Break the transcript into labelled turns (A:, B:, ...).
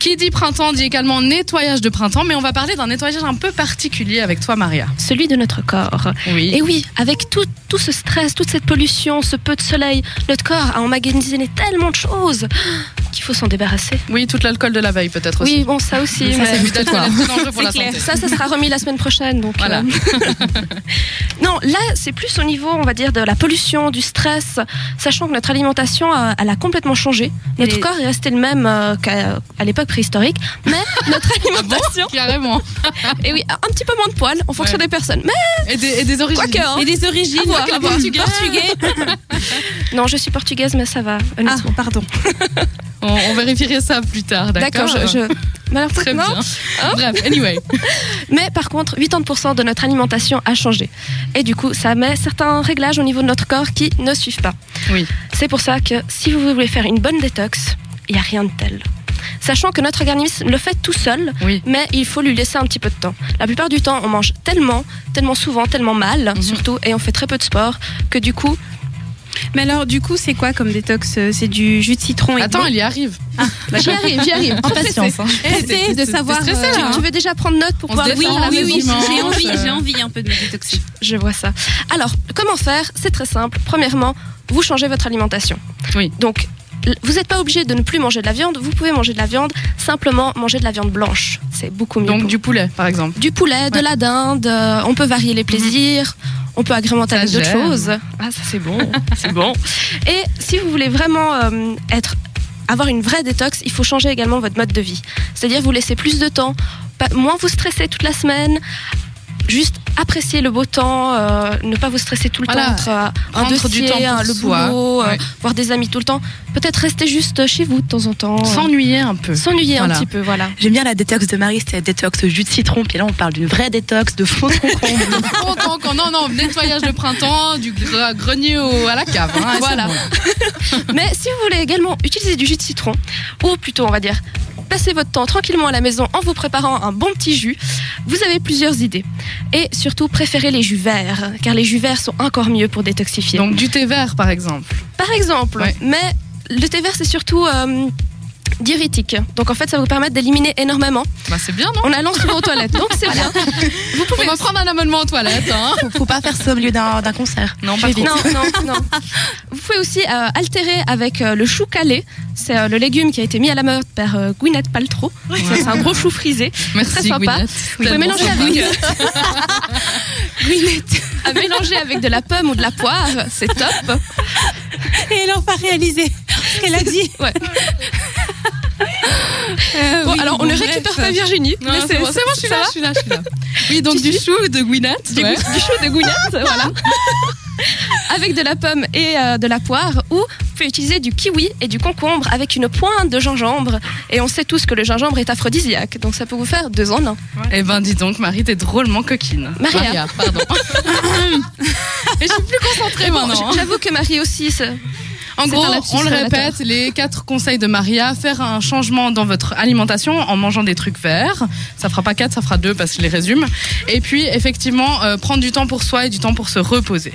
A: Qui dit printemps dit également nettoyage de printemps, mais on va parler d'un nettoyage un peu particulier avec toi, Maria.
B: celui de notre corps.
A: Oui.
B: Et oui, avec tout, tout ce stress, toute cette pollution, ce peu de soleil, notre corps a emmagasiné tellement de choses qu'il faut s'en débarrasser.
A: Oui, tout l'alcool de la veille peut-être aussi.
B: Oui, bon, ça aussi.
A: Ça,
B: mais-
A: c'est peut-être très dangereux pour la
B: C'est clair.
A: santé.
B: Ça, ça sera remis la semaine prochaine. Donc,
A: Voilà.
B: euh, non, là, c'est plus au niveau, on va dire, de la pollution, du stress, sachant que notre alimentation, euh, elle a complètement changé. Notre
A: Et-
B: corps est resté le même euh, qu'à à l'époque préhistorique, mais notre
A: Ah
B: alimentation,
A: Carrément.
B: et oui, un petit peu moins de poils en fonction
A: Ouais.
B: des personnes. Mais
A: Et des, et des origines.
B: quoique, hein.
C: Et des origines.
B: À voir, à voir.
C: Portugais. Portugais.
B: non, je suis portugaise, mais ça va.
C: Ah,
B: honnêtement.
C: pardon.
A: On, on vérifierait ça plus tard, d'accord
B: D'accord, je. je- Hein? Malheureusement,
A: Très bien. Bref, anyway.
B: Mais par contre, 80% de notre alimentation a changé. Et du coup, ça met certains réglages au niveau de notre corps qui ne suivent pas.
A: Oui.
B: C'est pour ça que si vous voulez faire une bonne détox, il n'y a rien de tel. Sachant que notre organisme le fait tout seul,
A: Oui.
B: mais il faut lui laisser un petit peu de temps. La plupart du temps, on mange tellement, tellement souvent, tellement mal,
A: Mhm.
B: surtout, et on fait très peu de sport, que du coup,
C: Mais alors, du coup, c'est quoi comme détox euh, C'est du jus de citron et de
A: Attends,
C: l'eau
A: il y arrive.
B: Bah,
A: Eh,
B: j'y arrive, j'y arrive.
D: En
B: Trop stressée.
D: patience. hein.
C: Essaye de savoir.
A: T'es stressée,
C: euh,
A: là, hein
B: Tu veux déjà prendre note pour
A: On
B: pouvoir
A: se
B: le
A: détend,
B: faire à la
A: on se
C: oui, oui,
A: dimanche,
C: j'ai envie,
A: euh.
C: j'ai envie un peu de me détoxer.
B: Je vois ça. Alors, comment faire C'est très simple. Premièrement, vous changez votre alimentation.
A: Oui.
B: Donc, l- vous n'êtes pas obligé de ne plus manger de la viande. Vous pouvez manger de la viande. Simplement, manger de la viande blanche. C'est beaucoup mieux.
A: Donc
B: pour-
A: du poulet, par exemple.
B: du poulet, de
A: Ouais. Mhm.
B: la dinde. euh, on peut varier les plaisirs. On peut agrémenter
A: Ça
B: avec d'autres
A: gère.
B: choses. Ah, ça c'est bon. c'est bon. Et si vous voulez vraiment euh, être avoir une vraie détox, il faut changer également votre mode de vie. C'est-à-dire vous laisser plus de temps, pas- moins vous stresser toute la semaine, juste apprécier le beau temps, euh, ne pas vous stresser tout le
A: Voilà.
B: temps entre euh, un
A: Prendre du
B: dossier,
A: temps pour
B: un- le
A: soi.
B: boulot, euh,
A: Ouais.
B: voir des amis tout le temps. Peut-être rester juste chez vous de temps en temps, euh,
A: S'ennuyer un peu.
B: s'ennuyer
A: Voilà.
B: un petit peu, voilà.
D: J'aime bien la détox de Marie, c'est la détox jus de citron. Puis là, on parle d'une vraie détox de fond de concombre.
A: Content qu'on non, non, nettoyage de printemps, du gre- grenier au- à la cave. hein, et
B: Voilà.
A: c'est bon.
B: Mais si vous voulez également utiliser du jus de citron, ou plutôt on va dire passer votre temps tranquillement à la maison en vous préparant un bon petit jus, vous avez plusieurs idées. Et surtout, préférez les jus verts, car les jus verts sont encore mieux pour détoxifier.
A: Donc du thé vert, par exemple.
B: Par exemple,
A: Ouais.
B: mais le thé vert c'est surtout... euh, diurétique. Donc en fait, ça va vous permettre d'éliminer énormément
A: Bah c'est bien, non
B: en allant souvent aux toilettes. Donc c'est bien. Vous
A: On
B: pouvez
A: va prendre un abonnement aux toilettes. Hein.
D: faut, faut pas faire ça au milieu d'un d'un concert.
A: Non, pas trop.
B: Non, non, non. Vous pouvez aussi euh, altérer avec euh, le chou calé. C'est euh, le légume qui a été mis à la mode par euh, Gwyneth Paltrow. Donc ça, C'est un gros chou frisé. Très
A: Merci,
B: sympa.
A: Gwyneth.
B: Vous pouvez
A: Tellement
B: mélanger
A: sympa.
B: avec, euh, à mélanger avec de la pomme ou de la poire. C'est top.
C: Et elle en va réaliser ce qu'elle a dit.
B: Ouais.
C: Euh,
B: Bon,
C: oui,
B: alors, on
C: bon,
B: ne
C: bref.
B: récupère pas Virginie.
A: Non,
B: mais
A: c'est bon, c'est bon, je suis
B: ça
A: là,
B: va
A: je suis là, je suis là. Oui, donc
B: Tu
A: du chou de Gwyneth.
B: Du,
A: ouais.
B: goût- du chou de Gwyneth, voilà. Avec de la pomme et euh, de la poire. Ou vous pouvez utiliser du kiwi et du concombre avec une pointe de gingembre. Et on sait tous que le gingembre est aphrodisiaque. Donc ça peut vous faire deux en un.
A: Eh ben, dis donc, Marie, t'es drôlement coquine.
B: Maria.
A: pardon. Et je suis plus concentrée
B: Bon,
A: maintenant.
B: j- J'avoue que Marie aussi. c'est-
A: En
B: C'est
A: gros,
B: un lapsus
A: on le
B: révélateur.
A: répète, les quatre conseils de Maria, faire un changement dans votre alimentation en mangeant des trucs verts. Ça fera pas quatre, ça fera deux parce qu'il les résume. Et puis, effectivement, euh, prendre du temps pour soi et du temps pour se reposer.